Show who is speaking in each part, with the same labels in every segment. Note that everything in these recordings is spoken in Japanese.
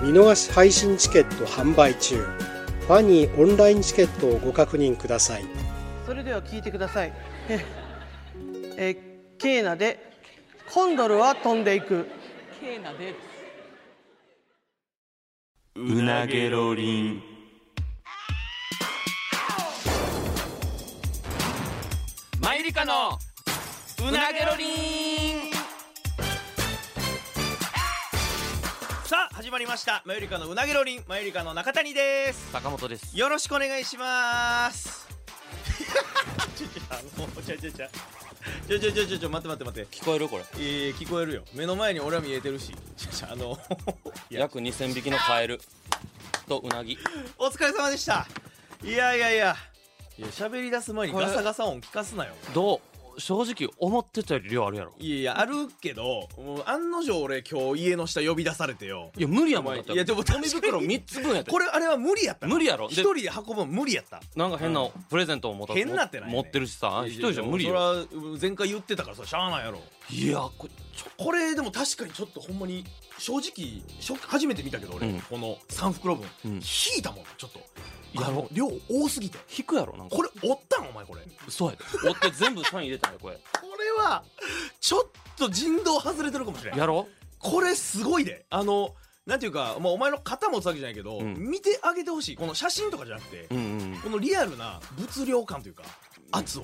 Speaker 1: 見逃し配信チケット販売中ファニーオンラインチケットをご確認ください
Speaker 2: それでは聞いてください えーえーケーナでコンドルは飛んでいく
Speaker 3: ケーナで
Speaker 4: うなげろりんマユリカのうなげろりん
Speaker 5: さあ始まりましたマユリカのうなげろりんマユリカの中谷です
Speaker 4: 坂本です
Speaker 5: よろしくお願いしますちょちょあのちょちょちょちょちょちょちょちょ待って待って待って
Speaker 4: 聞こえるこれ
Speaker 5: えー、聞こえるよ目の前に俺は見えてるしちょちょあの いや
Speaker 4: 約2000匹のカエルとうなぎ
Speaker 5: お疲れ様でしたいやいやいやいや喋り出す前に
Speaker 4: これ
Speaker 5: ガサガサ音聞かすなよ
Speaker 4: どう正直思ってたより量あるやろ
Speaker 5: いやいやあるけどもう案の定俺今日家の下呼び出されてよ
Speaker 4: いや無理やもん
Speaker 5: お前
Speaker 4: だって
Speaker 5: いやでも
Speaker 4: ゴミ袋
Speaker 5: 確かに
Speaker 4: 3つ分やって
Speaker 5: これあれは無理やったな
Speaker 4: 無理やろで
Speaker 5: 一人で運ぶの無理やった
Speaker 4: なんか変なプレゼントを持た
Speaker 5: 変なってないね
Speaker 4: 持ってるしさ一人じゃ無理よ
Speaker 5: それは前回言ってたからさしゃあないやろ
Speaker 4: いやこれちょ
Speaker 5: これでも確かにちょっとほんまに正直しょ初めて見たけど俺、
Speaker 4: うん
Speaker 5: この3袋分、
Speaker 4: うん
Speaker 5: 引いたもんちょっと
Speaker 4: やろ
Speaker 5: あの量多すぎて
Speaker 4: 引くやろなんか
Speaker 5: これ折ったんお前これこ
Speaker 4: そうやで折って全部サイン入れたんやこれ
Speaker 5: れはちょっと人道外れてるかもしれない
Speaker 4: やろ
Speaker 5: これすごいであのなんていうか、まあ、お前の肩持つわけじゃないけど、
Speaker 4: うん
Speaker 5: 見てあげてほしいこの写真とかじゃなくて、
Speaker 4: うんうん
Speaker 5: このリアルな物量感というか圧を、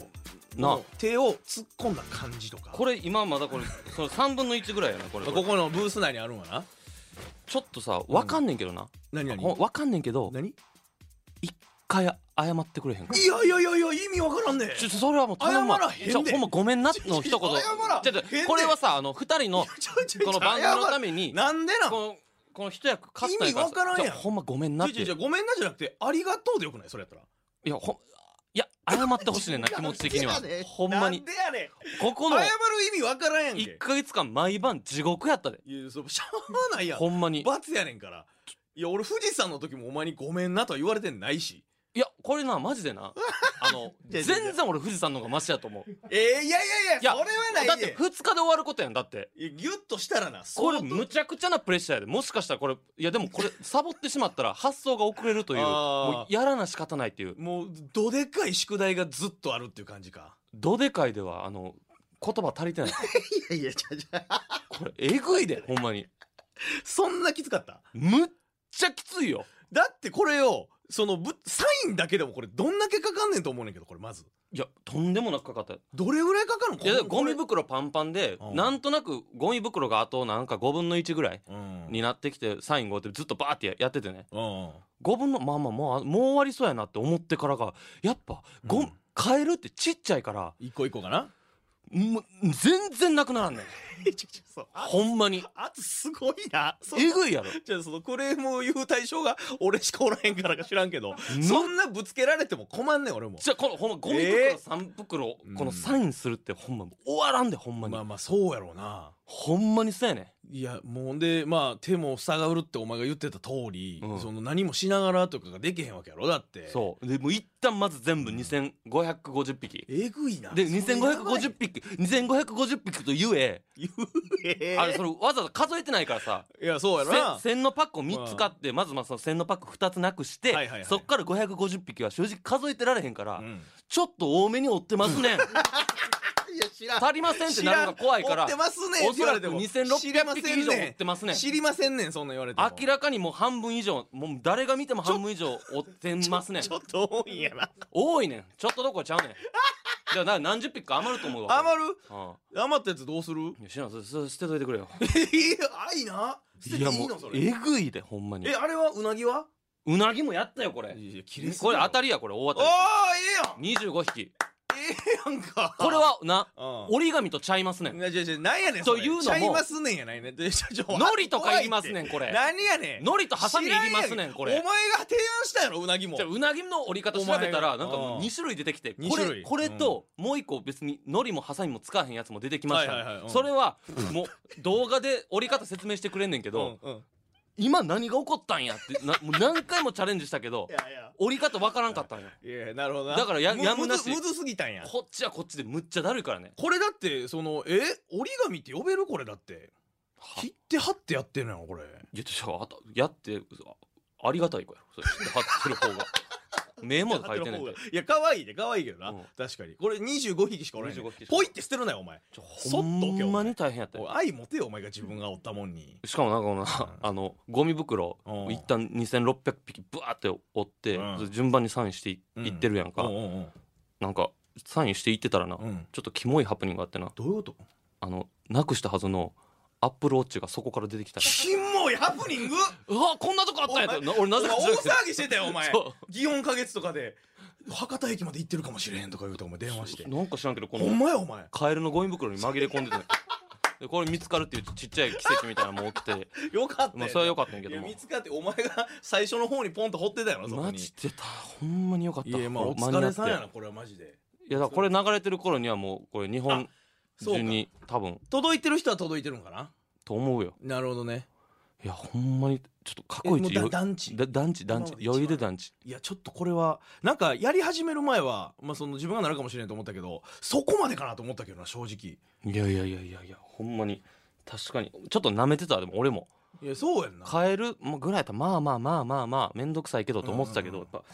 Speaker 4: なあ
Speaker 5: この手を突っ込んだ感じとか
Speaker 4: これ今まだこれその3分の1ぐらいやなこれ
Speaker 5: ここのブース内にあるんわな
Speaker 4: ちょっとさわかんねんけどな、
Speaker 5: 何
Speaker 4: ほん、
Speaker 5: 何
Speaker 4: わかんねんけど
Speaker 5: 何い
Speaker 4: 一回謝ってくれへんか
Speaker 5: やいやいやいや意味わからんね
Speaker 4: ちょそれはもう頼む
Speaker 5: 謝らへんで
Speaker 4: ちょほんまごめんなの一言
Speaker 5: 謝ら
Speaker 4: ちょっと
Speaker 5: へんで
Speaker 4: これはさあの二 人の
Speaker 5: ちょいちょいちょい
Speaker 4: この番組のために
Speaker 5: なんでなん
Speaker 4: このこの一役勝った
Speaker 5: 意味わからんやん
Speaker 4: ちょほんまごめんなっ
Speaker 5: ち
Speaker 4: て
Speaker 5: ょいちょいごめんなじゃなくてありがとうでよくないそれやったら
Speaker 4: いやほんいや謝ってほしいねんな気持ち的には
Speaker 5: なんでやね
Speaker 4: ほんまに
Speaker 5: なんでやねん
Speaker 4: ここ
Speaker 5: 謝
Speaker 4: の
Speaker 5: る意味わからんやんけ
Speaker 4: 一ヶ月間毎晩地獄やったで
Speaker 5: いやそうしゃあないやん
Speaker 4: ほんまに
Speaker 5: 罰やねんからいや俺富士山の時もお前にごめんなとは言われてないし
Speaker 4: いやこれなマジでなあの
Speaker 5: いやいやいや
Speaker 4: 全然俺富士山の方がマシやと思う
Speaker 5: えー、いやいやいや
Speaker 4: いや
Speaker 5: それはない
Speaker 4: だっ
Speaker 5: で
Speaker 4: て2日で終わることやんだって
Speaker 5: いやギュッとしたらな
Speaker 4: これ
Speaker 5: 相当
Speaker 4: むちゃくちゃなプレッシャーやでもしかしたらこれいやでもこれサボってしまったら発想が遅れるという
Speaker 5: あー
Speaker 4: もうやらな仕方ないっていう
Speaker 5: もうどでかい宿題がずっとあるっていう感じか
Speaker 4: どでかいではあの言葉足りてない
Speaker 5: いやいやちゃちゃ
Speaker 4: これえぐいでほんまに
Speaker 5: そんなきつかった
Speaker 4: むっちゃきついよ
Speaker 5: だってこれをそのぶサインだけでもこれどんだけかかんねんと思うねんけどこれまず
Speaker 4: いやとんでもなくかかった
Speaker 5: どれぐらいかかるの
Speaker 4: いやだからゴミ
Speaker 5: こ
Speaker 4: 袋パンパンで
Speaker 5: うん
Speaker 4: なんとなくゴミ袋があとなんか5分の1ぐらい
Speaker 5: れうん
Speaker 4: になってきてサイン5ってずっとバーってやっててね
Speaker 5: うん
Speaker 4: 5分のまあまあもうあもう終わりそうやなって思ってからがやっぱご、
Speaker 5: うん
Speaker 4: カエルってちっちゃいから
Speaker 5: 一個一個かな
Speaker 4: もう全然なくならんねん
Speaker 5: ちょちょ そうあ
Speaker 4: ほんまに
Speaker 5: 圧すごいなそ
Speaker 4: えぐいやろ
Speaker 5: じゃあそのクレームを言う対象が俺しかおらへんからか知らんけど
Speaker 4: む
Speaker 5: そんなぶつけられても困んねん俺も
Speaker 4: じゃあこのほんまゴミ
Speaker 5: え
Speaker 4: 袋
Speaker 5: ー
Speaker 4: 3袋、
Speaker 5: うん
Speaker 4: このサインするってほんま終わらんでほんまに、
Speaker 5: まあまあそうやろうな
Speaker 4: ほんまにそうやね
Speaker 5: いやもうほんでまあ手も塞がるってお前が言ってた通り、
Speaker 4: うん
Speaker 5: その何もしながらとかができへんわけやろだって
Speaker 4: そうでもう一旦まず全部2550匹、
Speaker 5: えぐいな
Speaker 4: で
Speaker 5: それやばい
Speaker 4: 2550匹2550匹とゆえ
Speaker 5: 言うえ
Speaker 4: あれそれわざわざ数えてないからさ
Speaker 5: いやそうやろな
Speaker 4: 1000のパックを3つ買ってまずまあその1000のパック2つなくして
Speaker 5: はいはいはい
Speaker 4: そっから550匹は正直数えてられへんから
Speaker 5: うん
Speaker 4: ちょっと多めに追ってます ねん
Speaker 5: いや知らん
Speaker 4: 足りませんってなるのが怖いから
Speaker 5: 知らん追ってますねん
Speaker 4: おそらく
Speaker 5: 言われても
Speaker 4: 2600匹以上追ってますねん
Speaker 5: 知りませんねんそんなん言われても
Speaker 4: 明らかにもう半分以上もう誰が見ても半分以上追ってますねん
Speaker 5: ちょっと多いんやな
Speaker 4: 多いねんちょっとどころちゃうね んじゃあな何十匹か余ると思うわ
Speaker 5: 余る
Speaker 4: うん
Speaker 5: 余ったやつどうする
Speaker 4: いや知らんそれそれ捨てといてくれ よ
Speaker 5: ええあいな捨てていいのそれ
Speaker 4: えぐいでほんまに
Speaker 5: えあれはうなぎは
Speaker 4: うなぎもやったよこれ
Speaker 5: いや切れすぎ
Speaker 4: これ
Speaker 5: やろ
Speaker 4: 当たりやこれ大
Speaker 5: お
Speaker 4: 当
Speaker 5: ー
Speaker 4: た
Speaker 5: ええやん
Speaker 4: り25匹
Speaker 5: えええやんか
Speaker 4: これはな
Speaker 5: うん
Speaker 4: 折り紙とちゃいますねん
Speaker 5: なじゃじゃなんやねんそれ
Speaker 4: というのも
Speaker 5: ちゃいますねんやないねんでちょちょ
Speaker 4: 海苔とか言いますねんこれ
Speaker 5: 何やねん
Speaker 4: 海苔とハサミいりますねんこれ
Speaker 5: 知らやお前が提案したやろうなぎも
Speaker 4: じゃあうなぎの折り方調べたら
Speaker 5: お前が
Speaker 4: なんか
Speaker 5: うん
Speaker 4: 2種類出てきて
Speaker 5: 二
Speaker 4: こ
Speaker 5: 種類
Speaker 4: れこれともう一個別に海苔もハサミも使わへんやつも出てきました
Speaker 5: はいはいはいうん
Speaker 4: それはもう動画で折り方説明してくれんねんけど
Speaker 5: うんうん
Speaker 4: 今何が起こったんやってなもう何回もチャレンジしたけど
Speaker 5: いやいや
Speaker 4: 折り方わからんかったんや
Speaker 5: いやいやなるほどな
Speaker 4: だからや
Speaker 5: む
Speaker 4: やむなし
Speaker 5: むずむずすぎたんや
Speaker 4: こっちはこっちでむっちゃだるいからね
Speaker 5: これだってそのえ折り紙って呼べるこれだって切って貼ってやってるのよこれ
Speaker 4: いやじゃああとやってあありがたい子やろそれ貼ってる方 が名も書いてないんで
Speaker 5: いや可愛いね可愛いけどな、
Speaker 4: うん
Speaker 5: 確かにこれ25匹しかおらへんね
Speaker 4: 25匹しか
Speaker 5: ポイって捨てるなよお前
Speaker 4: ちょ
Speaker 5: そ
Speaker 4: ほ
Speaker 5: っと置けよ
Speaker 4: んまに大変やったよ
Speaker 5: おい愛持てよお前が自分がおったもんに
Speaker 4: しかもなんかこのあのゴミ袋
Speaker 5: うん
Speaker 4: 一旦2600匹ブワーって折って、
Speaker 5: うん
Speaker 4: 順番にサインしてい,、
Speaker 5: うん
Speaker 4: ってるやんか、
Speaker 5: うんうん
Speaker 4: なんかサインしていってたらな、
Speaker 5: うんうん
Speaker 4: ちょっとキモいハプニングがあってな
Speaker 5: どういうこと
Speaker 4: あのなくしたはずのアップルウォッチがそこから出てきた
Speaker 5: キモいハプニング
Speaker 4: うわこんなとこあったんやとな俺な
Speaker 5: お
Speaker 4: ぜか
Speaker 5: 前大
Speaker 4: 知らんけど
Speaker 5: 騒ぎしてたよお前
Speaker 4: そ
Speaker 5: 祇園花月とかで博多駅まで行ってるかもしれへんとか言うてお前電話して
Speaker 4: なんか知らんけどこ
Speaker 5: ほ
Speaker 4: の
Speaker 5: んまやお前
Speaker 4: カエルのゴミ袋に紛れ込んでてでこれ見つかるっていうちっちゃい奇跡みたいなのも起きて、
Speaker 5: よかったよ
Speaker 4: まあ、それは良かったんやけ
Speaker 5: い
Speaker 4: ど
Speaker 5: や
Speaker 4: も
Speaker 5: 見つかってお前が最初の方にポンと掘ってたよなそこ
Speaker 4: マ
Speaker 5: に
Speaker 4: ジでたほんまによかった
Speaker 5: いやまあお
Speaker 4: 間に合
Speaker 5: 疲
Speaker 4: って
Speaker 5: れさんやなこれはマジで
Speaker 4: いやだからこれ流れてる頃にはもうこれ日本
Speaker 5: そうか
Speaker 4: 中に多分
Speaker 5: 届いてる人は届いてるんかな
Speaker 4: と思うよ
Speaker 5: なるほどね
Speaker 4: いやほんまにちょっと過
Speaker 5: え
Speaker 4: 去
Speaker 5: も
Speaker 4: 一
Speaker 5: う
Speaker 4: よ
Speaker 5: だ団地
Speaker 4: だ団地団地
Speaker 5: 今まで一番
Speaker 4: 余裕で団地
Speaker 5: いやちょっとこれはなんかやり始める前は、まあ、その自分がなるかもしれないと思ったけどそこまでかなと思ったけどな正直
Speaker 4: いやいやいやいやいやほんまに確かにちょっと舐めてたでも俺も
Speaker 5: いやそうやんな
Speaker 4: カエルもぐらいやったらまあまあまあまあまあ面倒くさいけどと思ってたけど
Speaker 5: うん
Speaker 4: や
Speaker 5: う
Speaker 4: っぱ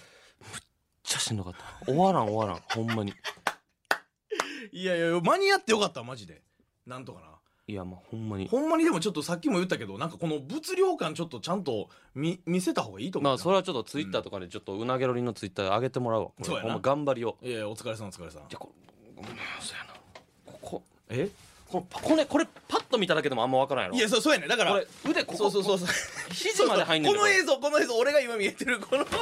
Speaker 4: むっちゃしんどかった終わらん終わらんほんまに
Speaker 5: いやいや間に合ってよかったマジでなんとかない
Speaker 4: やまあほんまに
Speaker 5: ほんまにでもちょっとさっきも言ったけどなんかこの物量感ちょっとちゃんと見見せた方がいいと思う
Speaker 4: まあ
Speaker 5: な
Speaker 4: それはちょっとツイッターとかでちょっとうなげろりのツイッターで上げてもらうわこれ
Speaker 5: そうやな
Speaker 4: ほんま頑張りを
Speaker 5: いやいやお疲れさんお疲れさん
Speaker 4: じゃこれうんそうやなここ
Speaker 5: え
Speaker 4: このこれこれパッと見ただけでもあんま分からんやろ
Speaker 5: いやそうそうやねだから
Speaker 4: これ腕ここ
Speaker 5: そうそうそうそう
Speaker 4: 肘まで入んねん
Speaker 5: こ
Speaker 4: で
Speaker 5: の
Speaker 4: これ
Speaker 5: 映像この映像俺が今見えてるこの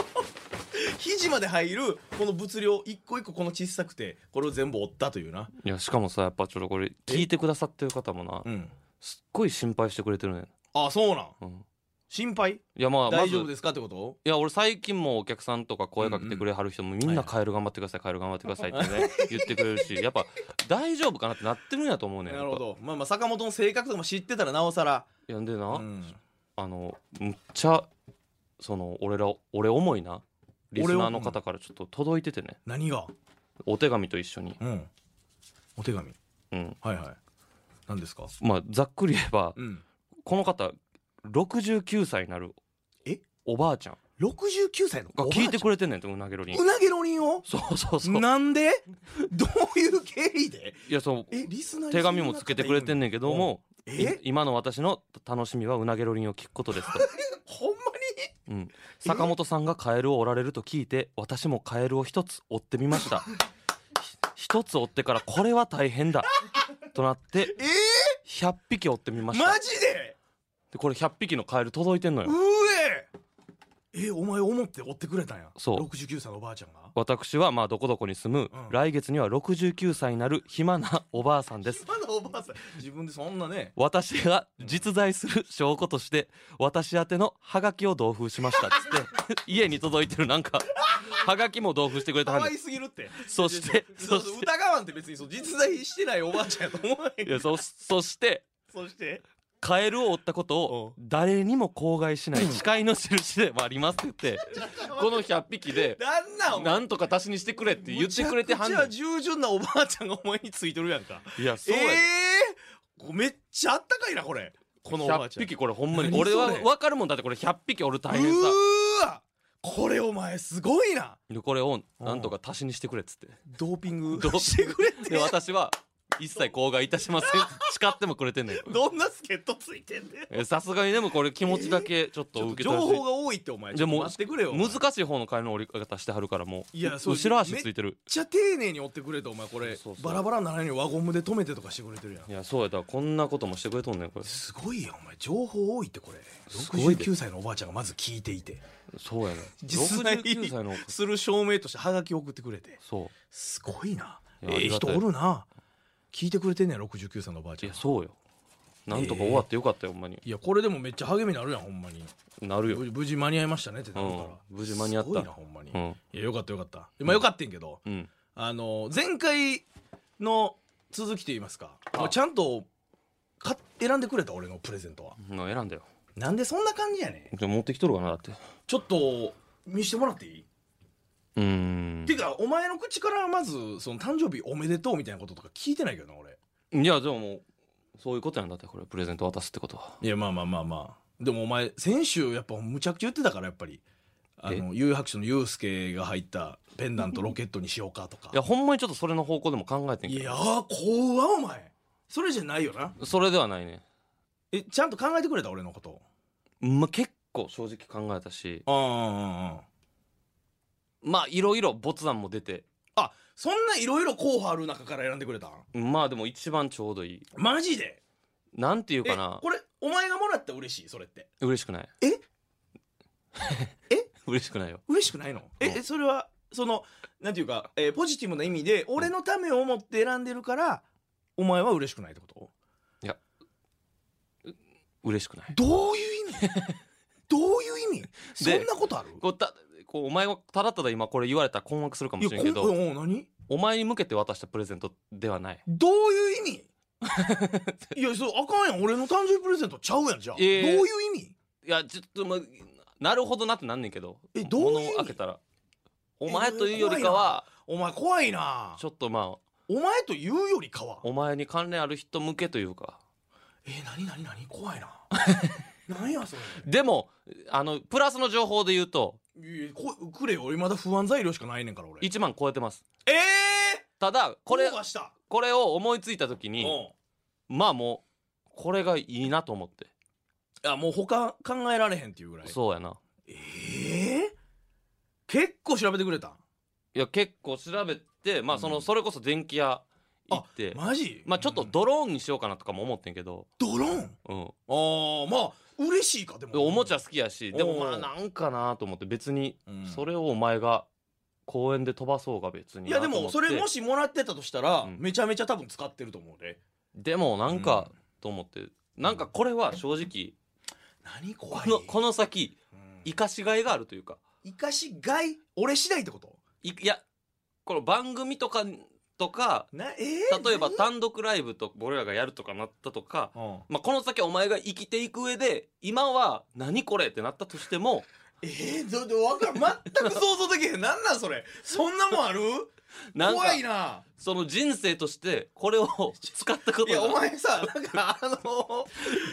Speaker 5: 肘まで入るこの物量一個一個この小さくてこれを全部折ったというない
Speaker 4: やしかもさやっぱちょっとこれ聞いてくださってる方もな
Speaker 5: うん
Speaker 4: すっごい心配してくれてるね、
Speaker 5: あそうなん
Speaker 4: うん、
Speaker 5: 心配
Speaker 4: いやまあま
Speaker 5: 大
Speaker 4: ず
Speaker 5: 丈夫ですかってこと
Speaker 4: いや俺最近もお客さんとか声かけてくれはる人もみんな
Speaker 5: はい
Speaker 4: カエル頑張ってくださいカエル頑張ってくださいって ね言ってくれるしやっぱ大丈夫かなってなってるんやと思うねん
Speaker 5: なるほどまあまあ坂本の性格とかも知ってたらなおさら
Speaker 4: やっぱいやんでな、
Speaker 5: うん
Speaker 4: あのむっちゃその俺ら俺思いなリスナーの方からちょっと届いててね
Speaker 5: 何が
Speaker 4: お手紙と一緒に、
Speaker 5: うんお手紙
Speaker 4: うん、
Speaker 5: はいはい何ですか
Speaker 4: まあざっくり言えば
Speaker 5: うん
Speaker 4: この方69歳になる
Speaker 5: え
Speaker 4: おばあちゃん
Speaker 5: 69歳の
Speaker 4: が聞いてく
Speaker 5: れ
Speaker 4: れてんねんてうなげろりん
Speaker 5: うなげろりんを
Speaker 4: そうそうそう
Speaker 5: なんでどういう経緯で
Speaker 4: いやそう
Speaker 5: えリスナーに
Speaker 4: 手紙もつけてくれてんねんけども
Speaker 5: そん
Speaker 4: い
Speaker 5: な方いるのえ
Speaker 4: 今の私の楽しみはうなげろりんを聞くこと ですと、
Speaker 5: ほんま
Speaker 4: うん、坂本さんがカエルを折られると聞いて私もカエルを一つ折ってみましたひ一つ折ってからこれは大変だとなって
Speaker 5: にえ
Speaker 4: 100匹折ってみま
Speaker 5: ー、
Speaker 4: した
Speaker 5: マジで
Speaker 4: でこれ100匹のカエル届いてんのよ
Speaker 5: うええお前思って追ってくれたんや
Speaker 4: そう
Speaker 5: 69歳のおばあちゃんが
Speaker 4: 私はまあどこどこに住む、
Speaker 5: うん
Speaker 4: 来月には69歳になる暇なおばあさんです
Speaker 5: まだおばあさん自分でそんなね
Speaker 4: 私が実在する証拠として私宛てのハガキを同封しま したっつって家に届いてるなんかハガキも同封してくれた
Speaker 5: 可
Speaker 4: はん
Speaker 5: 愛
Speaker 4: です
Speaker 5: ぎるって
Speaker 4: そして
Speaker 5: そう
Speaker 4: そ
Speaker 5: そう
Speaker 4: して
Speaker 5: 疑わんって別にそう実在してないおばあちゃんやと思わへん
Speaker 4: いやそそして
Speaker 5: そして
Speaker 4: カエルを追ったことを誰にも口外しない誓いの印でもありますって 言ってこの100匹で
Speaker 5: なんなんお前
Speaker 4: なんとか足しにしてくれって言ってくれてはん
Speaker 5: じ
Speaker 4: ね
Speaker 5: ゃあ
Speaker 4: ん
Speaker 5: 従順なおばあちゃんがお前についてるやんか
Speaker 4: いやそうや
Speaker 5: え
Speaker 4: で
Speaker 5: えー、めっちゃあったかいなこれこのおばあち
Speaker 4: 100
Speaker 5: ゃん
Speaker 4: 匹これほんまに
Speaker 5: 何それ
Speaker 4: 俺は分かるもんだってこれ100匹おる大変さ
Speaker 5: うーわこれお前すごいな
Speaker 4: でこれをなんとか足しにしてくれっつって
Speaker 5: ドーピング
Speaker 4: ドーピング
Speaker 5: してくれ
Speaker 4: で
Speaker 5: て
Speaker 4: 私は一切口外いたしませんって 誓ってもくれてん ねん
Speaker 5: どんな助っ人ついてんねん
Speaker 4: えさすがにでもこれ気持ちだけちょっ
Speaker 5: ち
Speaker 4: と
Speaker 5: ょっ
Speaker 4: 受
Speaker 5: と
Speaker 4: け取
Speaker 5: 情
Speaker 4: ら
Speaker 5: 報が多いってお前
Speaker 4: じゃ
Speaker 5: ち
Speaker 4: あ
Speaker 5: ょっと
Speaker 4: もう
Speaker 5: 待ってくれよ
Speaker 4: 難しい方の回の折り方してはるからもう
Speaker 5: いやそう
Speaker 4: 後ろ足ついてる
Speaker 5: めっちゃ丁寧に追ってくれてお前これ
Speaker 4: そうそう
Speaker 5: バラバラにならないように輪ゴムで止めてとかしてくれてるやん
Speaker 4: いやそうやだからこんなこともしてくれとんねんこれ
Speaker 5: すごいよお前情報多いってこれ
Speaker 4: すごいで
Speaker 5: 69歳のおばあちゃんがまず聞いていて
Speaker 4: そうやね
Speaker 5: 実際
Speaker 4: 69歳の
Speaker 5: する証明としてハガキ送ってくれて
Speaker 4: そう
Speaker 5: すごいな
Speaker 4: いやあ
Speaker 5: ええ
Speaker 4: りが
Speaker 5: 人
Speaker 4: たい
Speaker 5: おるな聞いてくれてんねや69歳のおばあち
Speaker 4: い
Speaker 5: ゃん
Speaker 4: やそうよなんとか終わってよかったよほんまに
Speaker 5: いやこれでもめっちゃ励みになるやんほんまに
Speaker 4: なるよ
Speaker 5: 無事無事間に合いましたねってなるから、
Speaker 4: うん無事間に合った
Speaker 5: すごいなほんまに、
Speaker 4: うん
Speaker 5: いやよかったよかった今よかったんやけど、
Speaker 4: うん
Speaker 5: あの前回の続きといいますかもうちゃんとか選んでくれた俺のプレゼントは
Speaker 4: の選んだよ
Speaker 5: なんでそんな感じやねん
Speaker 4: じゃあ持ってきとるかなだって
Speaker 5: ちょっと見してもらっていい、
Speaker 4: うーん
Speaker 5: ていうかお前の口からまずその誕生日おめでとうみたいなこととか聞いてないけどな俺
Speaker 4: いやじゃあもうそういうことなんだってこれプレゼント渡すってことはい
Speaker 5: やまあまあまあまあでもお前先週やっぱむちゃくちゃ言ってたからやっぱりあの有白書のユうスケが入ったペンダントロケットにしようかとか
Speaker 4: いやほんまにちょっとそれの方向でも考えてん
Speaker 5: い
Speaker 4: け
Speaker 5: やー怖お前それじゃないよな
Speaker 4: どそれではないね
Speaker 5: えちゃんと考えてくれた俺のこと
Speaker 4: まあ結構正直考えたし
Speaker 5: ああ
Speaker 4: まあいろいろ没案も出て
Speaker 5: あそんないろいろ候補ある中から選んでくれたん
Speaker 4: まあでも一番ちょうどいい
Speaker 5: マジで
Speaker 4: なんていう
Speaker 5: え
Speaker 4: かな
Speaker 5: これお前がもらったら嬉しいそれって
Speaker 4: 嬉しくない
Speaker 5: ええ
Speaker 4: 嬉しくないよ
Speaker 5: 嬉しくないのえ
Speaker 4: うん
Speaker 5: えそれはそのなんていうか、えーポジティブな意味で俺のためを思って選んでるからお前は嬉しくないってこと
Speaker 4: 嬉しくない
Speaker 5: どういう 意味どういう意味そ
Speaker 4: で
Speaker 5: んなことある
Speaker 4: こうたこうお前はただただ今これ言われたら困惑するかもしれんけ
Speaker 5: いや
Speaker 4: ど
Speaker 5: こんうん何
Speaker 4: お前に向けて渡したプレゼントではない
Speaker 5: どういう意味いやそうあかんやん俺の誕生日プレゼントちゃうやんじゃあ、
Speaker 4: いやいや
Speaker 5: どういう意味
Speaker 4: いやちょっとまあなるほどなってなんねんけど
Speaker 5: えどういう意味
Speaker 4: 物を開けたらお前というよりかは
Speaker 5: お前怖いな
Speaker 4: ちょっとまあ
Speaker 5: お前と言うよりかは
Speaker 4: お前に関連ある人向けというか
Speaker 5: えー、何何何怖いな 何やそれ
Speaker 4: でもあのプラスの情報で言うと
Speaker 5: いやこくれよ俺まだ不安材料しかないねんから俺
Speaker 4: 1万超えてます
Speaker 5: ええー、
Speaker 4: ただこれ
Speaker 5: オーバーした
Speaker 4: これを思いついた時
Speaker 5: うん
Speaker 4: にまあもうこれがいいなと思って
Speaker 5: いやもう他考えられへんっていうぐらい
Speaker 4: そうやな
Speaker 5: ええー、結構調べてくれた
Speaker 4: いや結構調べてまあそのそれこそ電気屋行って
Speaker 5: マジ
Speaker 4: まあちょっと
Speaker 5: うん
Speaker 4: ドローンにしようかなとかも思ってんけど
Speaker 5: ドローン
Speaker 4: うん
Speaker 5: あーまあ嬉しいかでも
Speaker 4: でおもちゃ好きやしでもま
Speaker 5: お
Speaker 4: あ
Speaker 5: う
Speaker 4: なんかなと思って別に
Speaker 5: うん
Speaker 4: それをお前が公園で飛ばそうが別に
Speaker 5: い
Speaker 4: な
Speaker 5: や
Speaker 4: と
Speaker 5: で
Speaker 4: 思って
Speaker 5: もそれもしもらってたとしたら、
Speaker 4: うん
Speaker 5: めちゃめちゃ多分使ってると思うで
Speaker 4: でもなんか
Speaker 5: う
Speaker 4: と思ってなんかこれは正直
Speaker 5: 何怖
Speaker 4: こ
Speaker 5: い
Speaker 4: のこの先
Speaker 5: うん
Speaker 4: 生かしがいがあるというか
Speaker 5: 生かしがい俺次第ってこと
Speaker 4: いいやこの番組とかとか
Speaker 5: なえー、
Speaker 4: 例えば
Speaker 5: 何
Speaker 4: 単独ライブと俺らがやるとかなったとか、
Speaker 5: うん
Speaker 4: まあ、この先お前が生きていく上で今は何これってなったとしても
Speaker 5: えー、どどわかん全く想像できへんなんなんそ れそんなもんある
Speaker 4: なんか
Speaker 5: 怖いな
Speaker 4: その人生としてこれを使ったこ
Speaker 5: いや
Speaker 4: と
Speaker 5: お
Speaker 4: が
Speaker 5: 前さなんかあの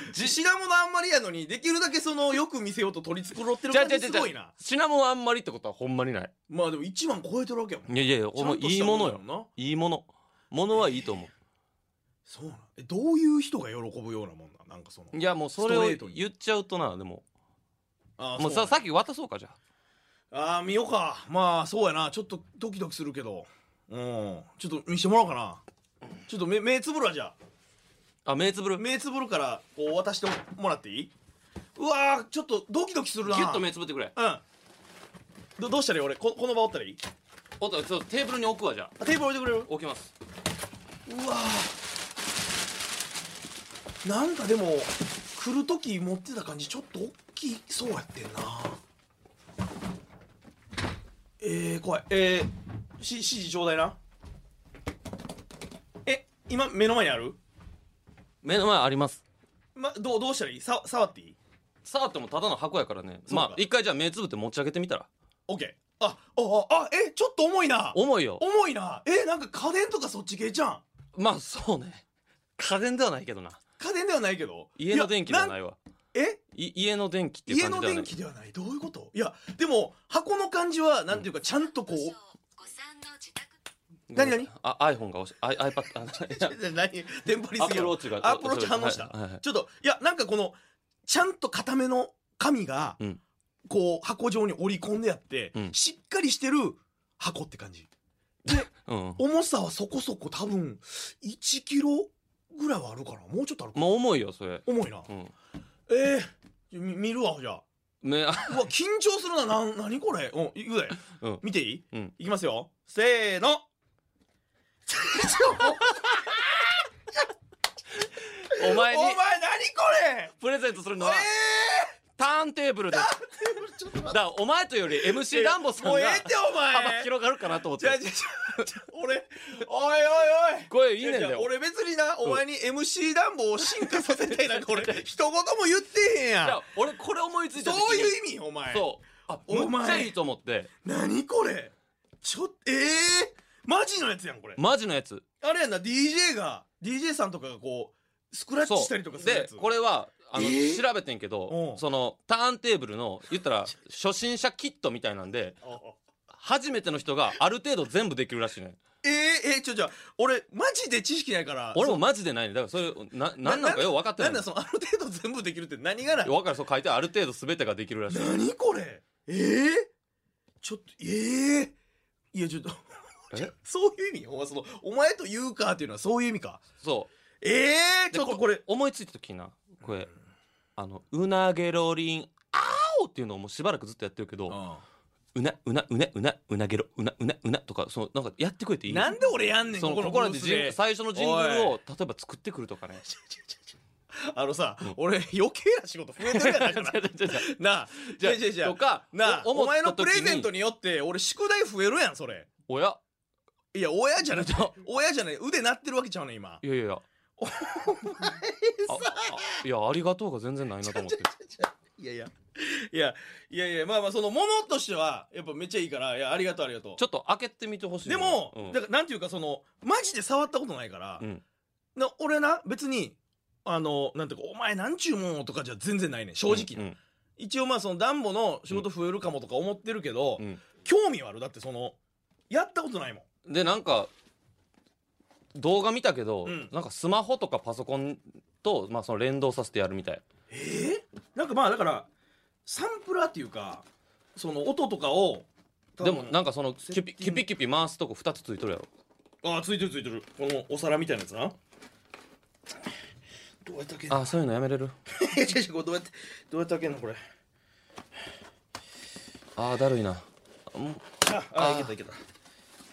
Speaker 5: 自信がものあんまりやのにできるだけそのよく見せようと取り繕ってる感じすごいな
Speaker 4: シナモンあんまりってことはほんまにない
Speaker 5: まあでも1万超えてるわけやもん
Speaker 4: いやいやいやお前いいものよ
Speaker 5: ない
Speaker 4: いものものはいいと思
Speaker 5: そうなんえどういう人が喜ぶようなもんなんなんかその
Speaker 4: ういやもうそれを
Speaker 5: ストレートに
Speaker 4: 言っちゃうとなでも
Speaker 5: あー
Speaker 4: もう
Speaker 5: そうな
Speaker 4: さ
Speaker 5: ん
Speaker 4: さっき渡そうかじゃあ
Speaker 5: あー見ようかまあそうやなちょっとドキドキするけどうんちょっと見してもらおうかなちょっと目目つぶるわじゃ
Speaker 4: あ目つぶ
Speaker 5: あ
Speaker 4: るギ
Speaker 5: 目つぶるからこう渡してもらっていいうわーちょっとドキドキするな
Speaker 4: ュッと目つぶってくれ
Speaker 5: うんどどうしたらいい俺ここの場おったらいい
Speaker 4: おっとちょっとテーブルに置くわじゃあ
Speaker 5: あテーブル置いてくれる
Speaker 4: 置きます
Speaker 5: うわーなんかでも来る時持ってた感じちょっと大きいそうやってんなえー、怖いえー、し指示ちょうだいなえ今目の前にある、
Speaker 4: 目の前あります
Speaker 5: ま、どうどうしたらいいさ触っていい
Speaker 4: さあってもただの箱やからね
Speaker 5: そうか
Speaker 4: まあ一回じゃあ目つぶって持ち上げてみたら
Speaker 5: ?OK ああああえちょっと重いな
Speaker 4: 重いよ
Speaker 5: 重いなえなんか家電とかそっち系じゃん
Speaker 4: まあそうね家電ではないけどな
Speaker 5: 家電ではないけど
Speaker 4: 家の電気ではないいわ
Speaker 5: やなんえ
Speaker 4: い家の電気っていう
Speaker 5: 家
Speaker 4: 感じ
Speaker 5: の
Speaker 4: ではな
Speaker 5: 電
Speaker 4: い
Speaker 5: 気ではないどういうこといやでも箱の感じはなんていうかちゃんとこう、
Speaker 6: ご参の自宅
Speaker 5: 何々
Speaker 4: あ iPhone が押し i- iPad あいや
Speaker 5: 何テンパりすぎや ろ
Speaker 4: アプローチが
Speaker 5: アプローチ反応した、
Speaker 4: はいはいはい
Speaker 5: ちょっといやなんかこのちゃんと固めの紙が、
Speaker 4: うん
Speaker 5: こう箱状に折り込んであって、
Speaker 4: うん
Speaker 5: しっかりしてる箱って感じ
Speaker 4: うん
Speaker 5: 重さはそこそこ多分1キロぐらいはあるかなもうちょっとあるかな
Speaker 4: もう重いよそれ
Speaker 5: 重いな、
Speaker 4: うん
Speaker 5: ええみ見るわじゃあ
Speaker 4: 目あ
Speaker 5: うわ緊張するななん何これうんいくで、
Speaker 4: うん
Speaker 5: 見ていい、
Speaker 4: うん
Speaker 5: いきますよせーの
Speaker 4: お前に
Speaker 5: お前何これ
Speaker 4: プレゼントするのは、ターンテーブルですだからお前とより MC ダンボさんが
Speaker 5: もうええってお前
Speaker 4: 幅広がるかなと思っ
Speaker 5: じゃあ
Speaker 4: て
Speaker 5: じゃあじゃあ俺おいおいおい
Speaker 4: これいいねんだ
Speaker 5: じゃあ
Speaker 4: よ
Speaker 5: 俺別になお前に MC 暖房を進化させたいな んか俺一言も言ってへん
Speaker 4: いや
Speaker 5: や
Speaker 4: 俺これ思いつい
Speaker 5: ん
Speaker 4: た時に
Speaker 5: そういう意味お前
Speaker 4: そうあ
Speaker 5: お前
Speaker 4: むっちゃいいと思って
Speaker 5: 何これちょっええマジのやつやんこれ
Speaker 4: マジのやつ
Speaker 5: あれやんな DJ が DJ さんとかがこうスクラッチしたりとかするや
Speaker 4: で
Speaker 5: つ
Speaker 4: これはあの、
Speaker 5: えー
Speaker 4: 調べてんけど
Speaker 5: うん
Speaker 4: そのターンテーブルの言ったら初心者キットみたいなんで初めての人がある程度全部できるらしいね
Speaker 5: えー、えー、ちょじゃあ俺マジで知識ないから
Speaker 4: 俺もマジでないねだからそれななんなんかよう分かってない
Speaker 5: なんだそのある程度全部できるって何がない
Speaker 4: 分かるそう書いてある程度全てができるらしい
Speaker 5: 何これえー、ちょっとえー、いやちょっと
Speaker 4: え
Speaker 5: そういう意味お前そのお前と言うかっていうのはそういう意味か
Speaker 4: そう
Speaker 5: えー、
Speaker 4: で
Speaker 5: ちょっとこれ
Speaker 4: 思いついた時になこれあの「うなげろりんあお」っていうのをもうしばらくずっとやってるけど「うなうなうなうなうなげろうなうなうな」とかそのなんかやってくれていい
Speaker 5: なんで俺やんねん
Speaker 4: その
Speaker 5: こ
Speaker 4: こ
Speaker 5: この
Speaker 4: こら
Speaker 5: ブ
Speaker 4: で
Speaker 5: ース
Speaker 4: ジン
Speaker 5: で
Speaker 4: 最初のジングル
Speaker 5: おい
Speaker 4: を例えば作ってくるとか ね
Speaker 5: あのさ、俺余計な仕事増えてるやん だからなあじ
Speaker 4: じ
Speaker 5: ゃ
Speaker 4: ゃ
Speaker 5: あじゃあじゃあ
Speaker 4: とか
Speaker 5: なあ
Speaker 4: お
Speaker 5: お
Speaker 4: 思った
Speaker 5: 前のプレ
Speaker 4: 時に
Speaker 5: ゼントによって俺宿題増えるやんそれ
Speaker 4: おや
Speaker 5: いや 親じゃなくて親じゃない腕なってるわけちゃうねん今
Speaker 4: いやいやいやお前さいやありがとうが全然ないなと思って
Speaker 5: いやいやいやいやいやまあまあそのものとしてはやっぱめっちゃいいからいやありがとうありがとう
Speaker 4: ちょっと開けてみてほしい
Speaker 5: で
Speaker 4: な
Speaker 5: も、
Speaker 4: うん
Speaker 5: だからなんていうかそのマジで触ったことないから、
Speaker 4: うん
Speaker 5: な俺な別にあのなんていうかお前なんちゅうもんとかじゃ全然ないねん正直な、
Speaker 4: うん
Speaker 5: 一応まあその暖房の仕事増えるかもとか思ってるけど、
Speaker 4: うん
Speaker 5: 興味はあるだってそのやったことないもん
Speaker 4: でなんか動画見たけど、
Speaker 5: うん
Speaker 4: なんかスマホとかパソコンと、まあ、その連動させてやるみたい
Speaker 5: えー、なんかまあだからサンプラーっていうかその音とかを多
Speaker 4: で
Speaker 5: 分
Speaker 4: もなんかその
Speaker 5: セ
Speaker 4: キ
Speaker 5: ッティ
Speaker 4: ュピ
Speaker 5: ング
Speaker 4: キュピキュピ回すとこ2つついとるやろ
Speaker 5: ああついてるついてるこのお皿みたいなやつなどうやったっけ
Speaker 4: あそういうのやめれる
Speaker 5: いや違う違うこれどうやってどうやって開けんのこれ
Speaker 4: あーだるいな
Speaker 5: ああいけたいけたは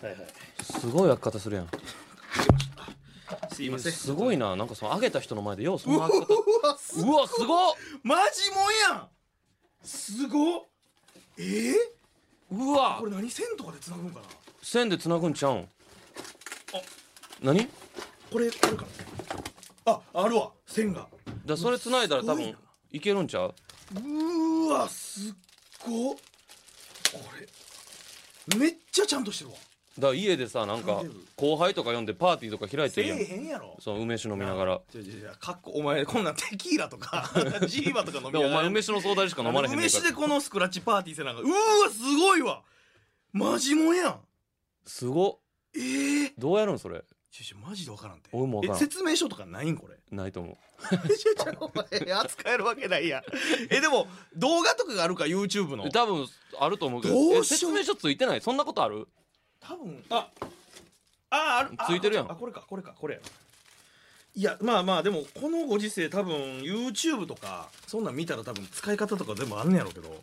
Speaker 5: いはい
Speaker 4: すごい開き方するやん
Speaker 5: すいません
Speaker 4: すごいななんかその上げた人の前でようその開き方
Speaker 5: うわす
Speaker 4: うわすごっ
Speaker 5: マジもんやんすごっえー、
Speaker 4: うわ
Speaker 5: これ何線とかで繋ぐんかな
Speaker 4: 線でつなぐんちゃうん
Speaker 5: あ
Speaker 4: 何
Speaker 5: これこれかなああるわ線が
Speaker 4: だそれつないだら多
Speaker 5: すごい
Speaker 4: 分
Speaker 5: ない
Speaker 4: けるんちゃう
Speaker 5: うーわすっごっこれめっちゃちゃんとしてるわ
Speaker 4: だから家でさなんか後輩とか呼んでパーティーとか開いて
Speaker 5: せ
Speaker 4: るやん
Speaker 5: えへんやろ
Speaker 4: その梅酒飲みながら
Speaker 5: じゃじゃじゃかっこお前こんなんテキーラと かジーバとか飲み
Speaker 4: で
Speaker 5: な
Speaker 4: お
Speaker 5: が
Speaker 4: 前
Speaker 5: ら
Speaker 4: 梅酒の相談しか飲まれへんねん
Speaker 5: 梅
Speaker 4: か
Speaker 5: 酒
Speaker 4: ら
Speaker 5: でこのスクラッチパーティーせながらうーわすごいわマジもんやん
Speaker 4: すごっ
Speaker 5: えー、
Speaker 4: どうやるんそれ
Speaker 5: ちょちょマジでわからんて
Speaker 4: 俺もわからん
Speaker 5: え説明書とかないんこれ
Speaker 4: ないと思う
Speaker 5: ちょちょお前扱えるわけないやんえでも動画とかがあるか YouTube の
Speaker 4: え多分あると思うけど
Speaker 5: ど
Speaker 4: え
Speaker 5: うし
Speaker 4: 説
Speaker 5: よう
Speaker 4: 明書ついてないそんなことある
Speaker 5: 多分あああるあ
Speaker 4: ついてるやん
Speaker 5: あこれかこれかこれいやまあまあでもこのご時世多分 YouTube とかそんなん見たら多分使い方とか全部あんねやろうけど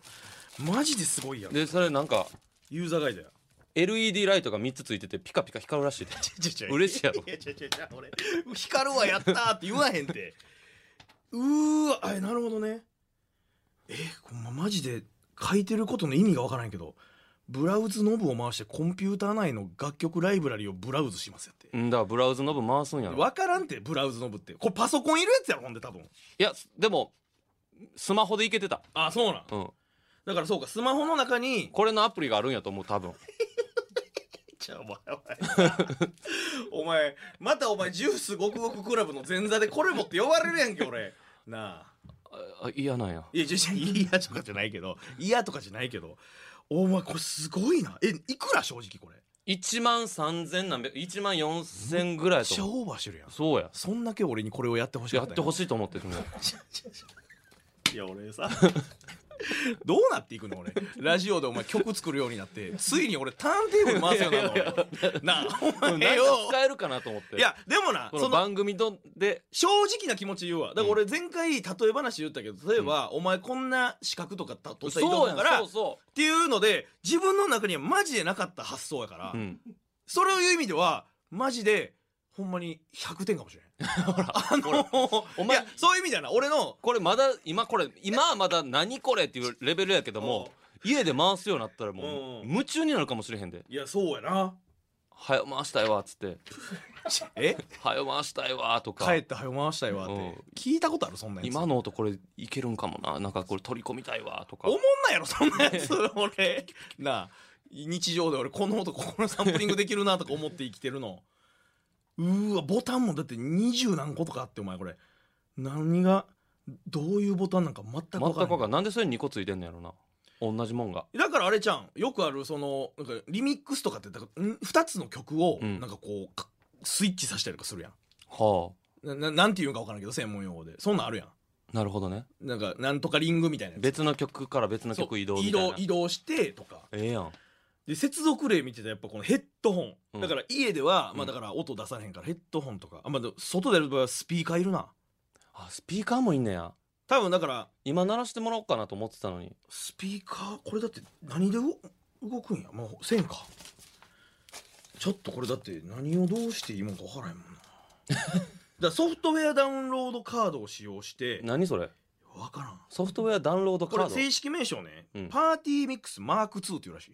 Speaker 5: マジですごいやん
Speaker 4: でそれなんか
Speaker 5: ユーザーガイドや
Speaker 4: LED ライトが3つついててピカピカ光るら しいで嬉しいやろ
Speaker 5: いやちゃちゃちゃ俺光るわやったーって言わへんてうーわあなるほどねえこんまマジで書いてることの意味がわからんけどブラウズノブを回してコンピューター内の楽曲ライブラリをブラウズしますやって
Speaker 4: うんだからブラウズノブ回すんやろ
Speaker 5: わからんてブラウズノブってこれパソコンいるやつやろほんで多分
Speaker 4: いやでもスマホでいけてた
Speaker 5: あそうなん
Speaker 4: うん
Speaker 5: だからそうかスマホの中に
Speaker 4: これのアプリがあるんやと思う多分
Speaker 5: ちゃお前お前 お前またお前ジュースごくごくクラブの前座でこれ持って呼ばれるやんけ俺なあ
Speaker 4: あ嫌なんや
Speaker 5: いやじゃじゃ嫌とかじゃないけど嫌とかじゃないけどお前これすごいなえいくら正直これ
Speaker 4: 1万3000何百1万4000ぐらいや
Speaker 5: シ
Speaker 4: と
Speaker 5: ャ
Speaker 4: 思う
Speaker 5: オーバーしてるやん
Speaker 4: そうや
Speaker 5: そんだけ俺にこれをやってほしい
Speaker 4: やってほ
Speaker 5: し
Speaker 4: しいと思ってるもう
Speaker 5: いいや俺さどうなっていくの俺ラジオでお前曲作るようになってついに俺ターンテーブル回すようになるの俺なあお
Speaker 4: なんか
Speaker 5: 前よ
Speaker 4: 使えるかなと思って
Speaker 5: いやでもな
Speaker 4: こ
Speaker 5: そ
Speaker 4: の
Speaker 5: の
Speaker 4: 番組どで
Speaker 5: 正直な気持ち言うわだから俺前回例え話言ったけど例えば、お前こんな資格とかた取ったらいいと
Speaker 4: そう
Speaker 5: 思
Speaker 4: や
Speaker 5: うんから
Speaker 4: そう
Speaker 5: っ
Speaker 4: そ
Speaker 5: ていうので自分の中にはマジでなかった発想やから、
Speaker 4: ううん
Speaker 5: それを言う意味ではマジでほんまに100点かもしれ ない
Speaker 4: ほら
Speaker 5: あの
Speaker 4: お
Speaker 5: お
Speaker 4: 前
Speaker 5: 前そういう意味だな俺の
Speaker 4: これまだ今これ今はまだ何これっていうレベルやけども家で回すようになったらもう
Speaker 5: うん
Speaker 4: 夢中になるかもしれへんで
Speaker 5: いやそうやな
Speaker 4: 「はよ回したいわ」っつって
Speaker 5: え
Speaker 4: 「はよ回したいわ」とか
Speaker 5: 帰って早回したいわっ
Speaker 4: うん
Speaker 5: て聞いたことあるそんなやつ
Speaker 4: 今の音これいけるんかもななんかこれ取り込みたいわとか
Speaker 5: おもん ないやろそんなやつ俺なあ日常で俺この音このサンプリングできるなとか思って生きてるのうーわボタンもだって二十何個とかあってお前これ何がどういうボタンなんか全く
Speaker 4: 全
Speaker 5: 分
Speaker 4: く
Speaker 5: か
Speaker 4: 分か
Speaker 5: んない
Speaker 4: んなんでそれ2個ついてんのやろな同じもんが
Speaker 5: だからあれちゃんよくあるそのなんかリミックスとかってだからん二つの曲を
Speaker 4: うん
Speaker 5: なんかこうかスイッチさせたりとかするやん
Speaker 4: は
Speaker 5: なななんて言うんか分からんけど専門用語でそんなんあるやん
Speaker 4: あなるほどね
Speaker 5: なんかなんとかリングみたいなやつ
Speaker 4: 別の曲から別の
Speaker 5: そう
Speaker 4: 曲移動みたいな
Speaker 5: 移動移動してとか
Speaker 4: ええやん
Speaker 5: で接続例見てたらやっぱこのヘッドホン、
Speaker 4: うん
Speaker 5: だから家では、
Speaker 4: うん
Speaker 5: まあだから音出されへんからヘッドホンとかあ、まあ、でも外でやる場合はスピーカーいるな
Speaker 4: あスピーカーもいんねや
Speaker 5: 多分だから
Speaker 4: 今鳴らしてもらおうかなと思ってたのに
Speaker 5: スピーカーこれだって何で動動くんやもうせんかちょっとこれだって何をどうしていいもんか分からへ んもんなだからソフトウェアダウンロードカードを使用して
Speaker 4: 何それ
Speaker 5: 分からん
Speaker 4: ソフトウェアダウンロード
Speaker 5: こ
Speaker 4: カ
Speaker 5: れ
Speaker 4: ード
Speaker 5: 正
Speaker 4: え
Speaker 5: 式名称ね、
Speaker 4: うん
Speaker 5: パーティーミックスマーク2っていうらし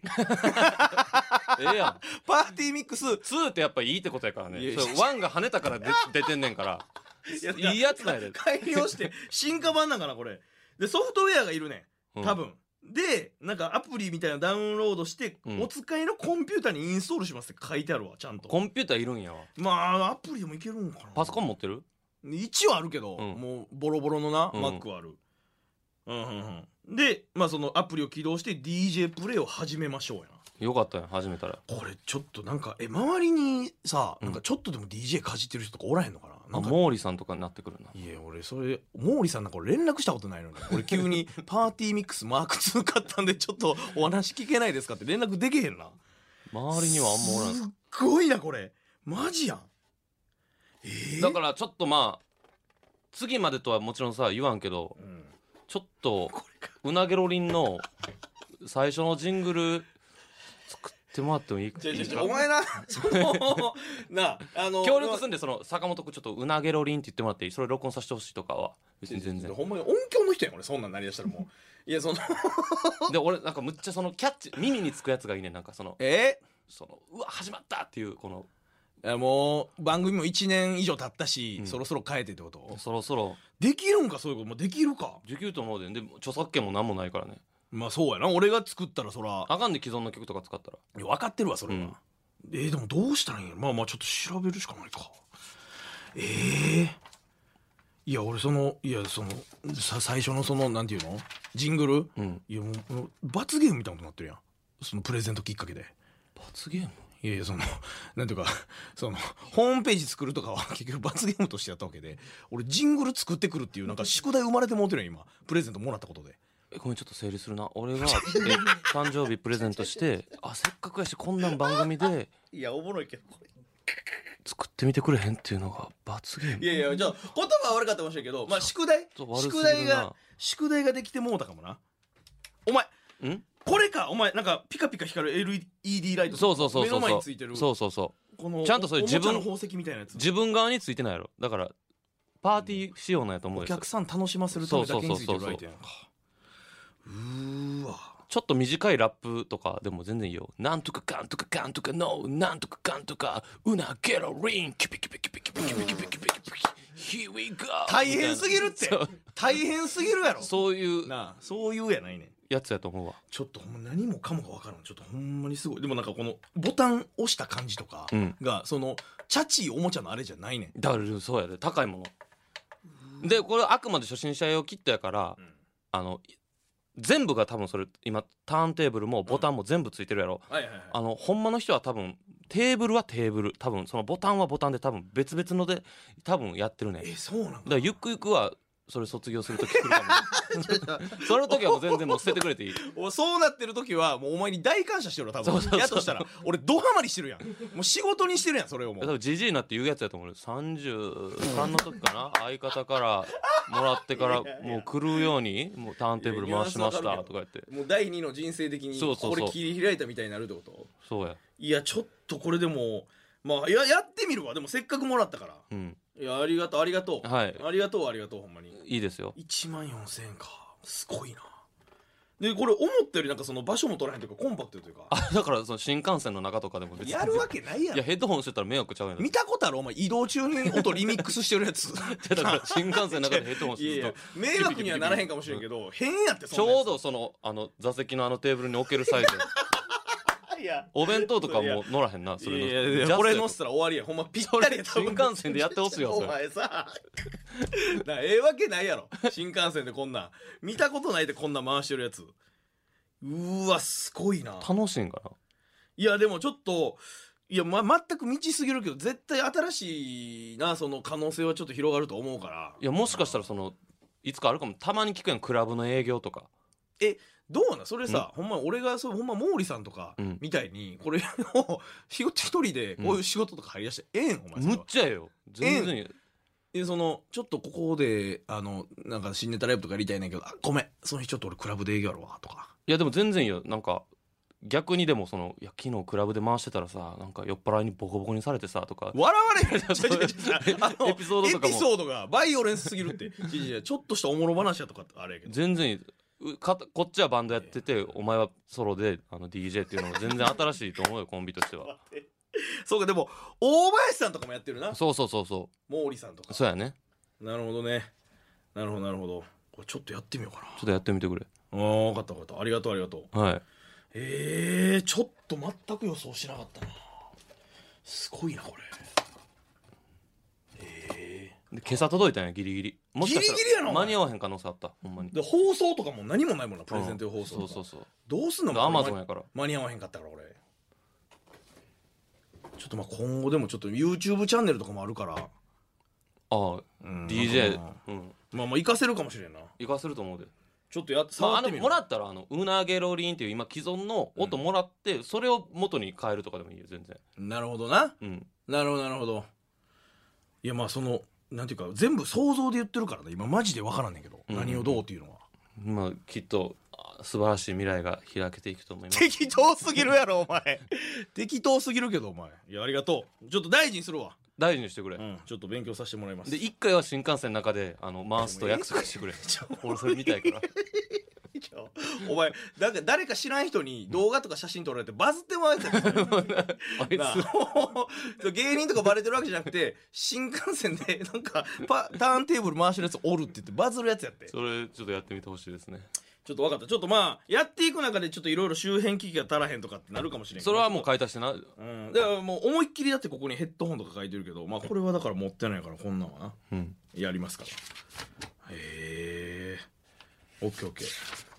Speaker 5: い
Speaker 4: えやん
Speaker 5: パーティーミックス
Speaker 4: 2ってやっぱいいってことやから
Speaker 5: い
Speaker 4: ね
Speaker 5: や
Speaker 4: そう1が跳ねた からで出てんねんから
Speaker 5: い
Speaker 4: いいやつなんやで
Speaker 5: 改良して進化版なんかなこれでソフトウェアがいるね
Speaker 4: うん
Speaker 5: ん多分、でなんかアプリみたいなのダウンロードして、
Speaker 4: うん
Speaker 5: お使いのコンピューターにインストールしますって書いてあるわちゃんと
Speaker 4: コンピューターいるんやわ
Speaker 5: まあアプリでもいけるんかな
Speaker 4: パソコン持ってる
Speaker 5: 一応あるけど、
Speaker 4: うん
Speaker 5: もうボロボロのな、
Speaker 4: うん
Speaker 5: Mac はあるうんうんうんでまあそのアプリを起動して DJ プレイを始めましょうやな
Speaker 4: よかったやん始めたら
Speaker 5: これちょっとなんかえ周りにさ
Speaker 4: うん
Speaker 5: なんかちょっとでも DJ かじってる人とかおらへんのかなな
Speaker 4: あ
Speaker 5: んか
Speaker 4: 毛利さんとかになってくるない
Speaker 5: や俺それ毛利さんなんか俺連絡したことないのに俺急に 「パーティーミックスマーク2買ったんでちょっとお話聞けないですか?」って連絡できへんな
Speaker 4: 周りにはあんまおらん
Speaker 5: すっごいなこれマジやんえー、
Speaker 4: だからちょっとまあ次までとはもちろんさ言わんけど
Speaker 5: ら、うん、
Speaker 4: ちょっと
Speaker 5: これか
Speaker 4: うなげろりんの最初のジングル作ってもらってもいいか
Speaker 5: じゃ
Speaker 4: いい
Speaker 5: じ
Speaker 4: か
Speaker 5: ゃお 前なそのなあの
Speaker 4: 協力すんでその坂本君ちょっとうなげろりんって言ってもらっていいそれ録音させてほしいとかは別に全然
Speaker 5: ほんまに音響の人やん俺そんなんなりだしたらも ういやその
Speaker 4: で俺なんかむっちゃそのキャッチ耳につくやつがいいねなんかその
Speaker 5: え
Speaker 4: そのうわ始まったっていうこの
Speaker 5: いやもう番組も1年以上経ったし、
Speaker 4: うん
Speaker 5: そろそろ変えてってこと
Speaker 4: そろそろ
Speaker 5: できるんかそういうこともうできるか
Speaker 4: できると思うででも著作権も何もないからね
Speaker 5: まあそうやな俺が作ったらそら
Speaker 4: あかんで既存の曲とか使ったら
Speaker 5: いや分かってるわそれは、
Speaker 4: うん
Speaker 5: えーでもどうしたらいいんやろまあまあちょっと調べるしかないかええいや俺そのいやそのさ最初のそのなんていうのジングル
Speaker 4: うん
Speaker 5: いやもうもう罰ゲームみたいなことになってるやんそのプレゼントきっかけで
Speaker 4: 罰ゲーム
Speaker 5: いやいやその なんていうかそのホームページ作るとかは 結局罰ゲームとしてやったわけで俺ジングル作ってくるっていうなんか宿題生まれてもうてるやん今プレゼントもらったことで
Speaker 4: えごめんちょっと整理するな俺 がえ誕生日プレゼントしてあせっかくやしこんなん番組で
Speaker 5: いやおもろいけどこれ
Speaker 4: 作ってみてくれへんっていうのが罰ゲーム
Speaker 5: いやいや、じゃあ、言葉は悪かったかもしれんけど、まあ、宿題
Speaker 4: ちょっと悪すぎる
Speaker 5: 宿
Speaker 4: な
Speaker 5: 題が、宿題ができてもうたかもな。お前、
Speaker 4: ん
Speaker 5: これか、お前、なんか、ピカピカ光る LED ライト
Speaker 4: そうそうそうそう
Speaker 5: 目の前についてる。
Speaker 4: そうそうそ
Speaker 5: この
Speaker 4: ちゃんとそれ
Speaker 5: おおもちゃ
Speaker 4: 自分
Speaker 5: の宝石みたいなや
Speaker 4: う
Speaker 5: つ。
Speaker 4: 自分側についてないやろだからパーティー仕様なんやと思う
Speaker 5: お
Speaker 4: よ
Speaker 5: 客さん楽しませるためだけについてるライトやんか。うーわ。
Speaker 4: ちょっと短いラップとかでも全然いいよなんとかかんとかかんとかのなんとかかんとかうなゲロリンキュピキュピキュピキュピキュピキュピキュピキュピキュ Here we go
Speaker 5: 大変すぎるって
Speaker 4: そう。
Speaker 5: 大変すぎるやろ。
Speaker 4: そういう
Speaker 5: なあ、そういうやないねん。
Speaker 4: やつやと思うわ
Speaker 5: ちょっとほんま何もかもが分からんちょっとほんまにすごいでもなんかこのボタン押した感じとか
Speaker 4: うん
Speaker 5: が、そのチャチいおもちゃのあれじゃないねん
Speaker 4: だからそうやで高いものでこれあくまで初心者用キットやから、
Speaker 5: ん
Speaker 4: あのい全部が多分それ今ターンテーブルもボタンも全部ついてるやろ、
Speaker 5: はいはいはい
Speaker 4: あのほんまの人は多分テーブルはテーブル多分そのボタンはボタンで多分別々ので多分やってるねだ
Speaker 5: え
Speaker 4: か
Speaker 5: そうなんだ
Speaker 4: らゆくゆくはそれ卒業する時来るか もその時はもう全然もう捨ててくれていい
Speaker 5: おそうなってる時はもうお前に大感謝してるわ多分
Speaker 4: そうそうそう
Speaker 5: やとしたら 俺ドハマりしてるやんもう仕事にしてるやんそれをも
Speaker 4: 多分
Speaker 5: う
Speaker 4: ジジイになって言うやつやと思うよ33の時かな相方からもらって からもう狂うようにもうターンテーブル回しましたとか言って
Speaker 5: もう第二の人生的に
Speaker 4: そうそうそう
Speaker 5: これ切り開いたみたいになるってこと
Speaker 4: そうや
Speaker 5: いやちょっとこれでもまあややってみるわでもせっかくもらったから
Speaker 4: うん
Speaker 5: いやありがとうありがとう、
Speaker 4: はい
Speaker 5: ありがとうありがとうほんまに
Speaker 4: いいですよ
Speaker 5: 1万4000円かすごいなでこれ思ったよりなんかその場所も取らへんというかコンパクトというか
Speaker 4: あだからその新幹線の中とかでも別に
Speaker 5: やるわけないや
Speaker 4: いや
Speaker 5: ろ
Speaker 4: ヘッドホンしてたら迷惑ちゃうやん
Speaker 5: 見たことあるお前移動中に音リミックスしてるや つ
Speaker 4: だから新幹線の中でヘッドホンし
Speaker 5: いやい
Speaker 4: て
Speaker 5: や
Speaker 4: ると
Speaker 5: 迷惑にはならへんかもしれんけど変やって
Speaker 4: ちょうどそのあの座席のあのテーブルに置ける サイズ
Speaker 5: どいや
Speaker 4: お弁当とかも乗らへんないそれの
Speaker 5: やい
Speaker 4: ジャス
Speaker 5: や
Speaker 4: トやと
Speaker 5: 俺乗せたら終わりやほんまぴったりや
Speaker 4: それ新幹線でやってほしい わそ
Speaker 5: お
Speaker 4: れ
Speaker 5: 前さなええわけないやろ新幹線でこんなん見たことないでこんなん回してるやつうーわすごいな
Speaker 4: 楽しいんか
Speaker 5: いやでもちょっといや、ま、全く未知すぎるけど絶対新しいなその可能性はちょっと広がると思うから
Speaker 4: ないやもしかしたらそのいつかあるかもたまに聞くやんクラブの営業とか
Speaker 5: どうなんそれさ、ほんま俺がそうほんま毛利さんとか
Speaker 4: うん
Speaker 5: みたいにこれを仕事一人でこういう仕事とか入りだしてええんお前それ
Speaker 4: むっ
Speaker 5: は
Speaker 4: ちゃええよ全然いいよ
Speaker 5: でそのちょっとここであのなんか新ネタライブとかやりたいねんけどあごめんその日ちょっと俺クラブで営業やろうわとか
Speaker 4: いやでも全然いいよなんか逆にでもそのいや昨日クラブで回してたらさなんか酔っ払いにボコボコにされてさとか
Speaker 5: 笑われへんちょちょちょちょあの
Speaker 4: エピソードとかも
Speaker 5: エピソードがバイオレンスすぎるって いやいやちょっとしたおもろ話やとかってあれやけど
Speaker 4: 全然いいうかこっちはバンドやっててお前はソロであの DJ っていうのも全然新しいと思 うよコンビとしては
Speaker 5: そうかでも大林さんとかもやってるな
Speaker 4: そうそうそうそ
Speaker 5: 毛利さんとか
Speaker 4: うそうやね
Speaker 5: なるほどねなるほどなるほどこれちょっとやってみようかな
Speaker 4: ちょっとやってみてくれ
Speaker 5: あー分かった分かったありがとうありがとう
Speaker 4: はい
Speaker 5: えー、ちょっと全く予想しなかったなすごいなこれ
Speaker 4: で今朝届いたんやギリギリもしかしたら
Speaker 5: ギリギリやなお前
Speaker 4: 間に合わへん可能性あったほんまに
Speaker 5: で放送とかも何もないもんなプレゼント用放送と
Speaker 4: そう
Speaker 5: か
Speaker 4: そうそう
Speaker 5: どうすんの
Speaker 4: で Amazon やから
Speaker 5: 間に合わへんかったから俺ちょっとまあ今後でもちょっと YouTube チャンネルとかもあるから、
Speaker 4: ああ
Speaker 5: うん
Speaker 4: DJ
Speaker 5: まあ
Speaker 4: うん
Speaker 5: まあまあ行かせるかもしれんな
Speaker 4: 行かせると思うで
Speaker 5: ちょっとや
Speaker 4: まあ、
Speaker 5: 触
Speaker 4: あ
Speaker 5: って
Speaker 4: の
Speaker 5: みる、
Speaker 4: もらったらあのウナゲロリンっていう今既存の音もらって、それを元に変えるとかでもいいよ全然
Speaker 5: なるほどな
Speaker 4: うん
Speaker 5: なるほどなるほどいやまあそのなんていうか全部想像で言ってるからね今マジで分からんねんけど、
Speaker 4: うん
Speaker 5: 何をどうっていうのは
Speaker 4: まあきっとあ素晴らしい未来が開けていくと思います
Speaker 5: 適当すぎるやろお前 適当すぎるけどお前いやありがとうちょっと大事にするわ
Speaker 4: 大事にしてくれ、
Speaker 5: うんちょっと勉強させてもらいます
Speaker 4: で一回は新幹線の中であの回すと約束して くれ 俺それ見たいから
Speaker 5: お前なんか誰か知らん人に動画とか写真撮られてバズってもらえたやつや
Speaker 4: あい
Speaker 5: な
Speaker 4: つ
Speaker 5: あ芸人とかバレてるわけじゃなくて新幹線でなんかパターンテーブル回してるやつおるって言ってバズるやつやって
Speaker 4: それちょっとやってみてほしいですね
Speaker 5: ちょっと分かったちょっとまあやっていく中でちょっといろいろ周辺機器が足らへんとかってなるかもしれんけど
Speaker 4: それはもう買い足してな
Speaker 5: うんだからもう思いっきりだってここにヘッドホンとか書いてるけどまあこれはだから持ってないからこんなんはな
Speaker 4: うん
Speaker 5: やりますからへえオッケーオッケー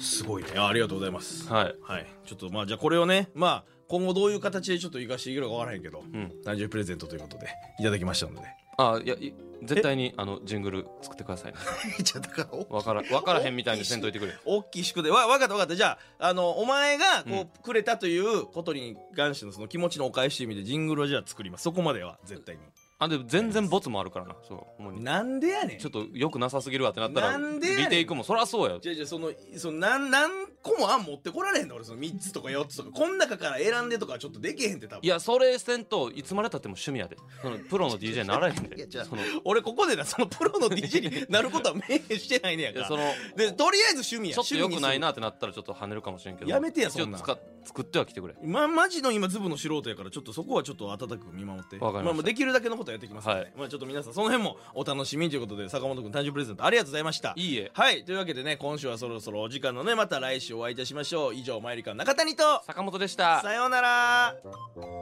Speaker 5: すごいねあありがとうございます
Speaker 4: はい
Speaker 5: はい、ちょっとまあじゃあこれをねまあ今後どういう形でちょっと生かしていけるかわからへんけど、
Speaker 4: ん
Speaker 5: 誕生日プレゼントということでいただきましたので
Speaker 4: あいやい絶対にあのジングル作ってくださいね
Speaker 5: じゃあだからお
Speaker 4: わからわからへんみたいにせんといてくれ
Speaker 5: 大きい宿でわ分かった分かったじゃああのお前がこうくれたということに関してのその気持ちのお返しという意味でジングルをじゃあ作りますそこまでは絶対に
Speaker 4: あでも全然ボツもあるからなそうもう
Speaker 5: なんでやねん
Speaker 4: ちょっと良くなさすぎるわってなったら
Speaker 5: なんでやねん
Speaker 4: リテイクもそりゃそうや
Speaker 5: じゃあじゃあそのその何何個も案持ってこられへんの俺その3つとか4つとかこん中から選んでとかはちょっとできへんって多分
Speaker 4: いやそれせんといつまでたっても趣味やでそのプロの DJ ならへん
Speaker 5: いや
Speaker 4: で
Speaker 5: じゃあ
Speaker 4: そのい
Speaker 5: 俺ここでなそのプロの DJ になることは明言してないねやから
Speaker 4: やその
Speaker 5: でとりあえず趣味や
Speaker 4: ちょっと良くない
Speaker 5: 趣味に
Speaker 4: なってなったらちょっと跳ねるかもしれんけど
Speaker 5: やめてや
Speaker 4: 一応
Speaker 5: そんなん
Speaker 4: つか作ってはきてくれ
Speaker 5: するまマジの今ズブの素人やからちょっとそこはちょっと温かく見守って
Speaker 4: わかりました
Speaker 5: あ、あできるだけのことはやってきますので、
Speaker 4: はい
Speaker 5: まあちょっと皆さんその辺もお楽しみということで坂本君誕生日プレゼントありがとうございました
Speaker 4: いいえ
Speaker 5: はいというわけでね今週はそろそろお時間のねまた来週お会いいたしましょう以上マイリカの中谷と
Speaker 4: 坂本でした
Speaker 5: さようなら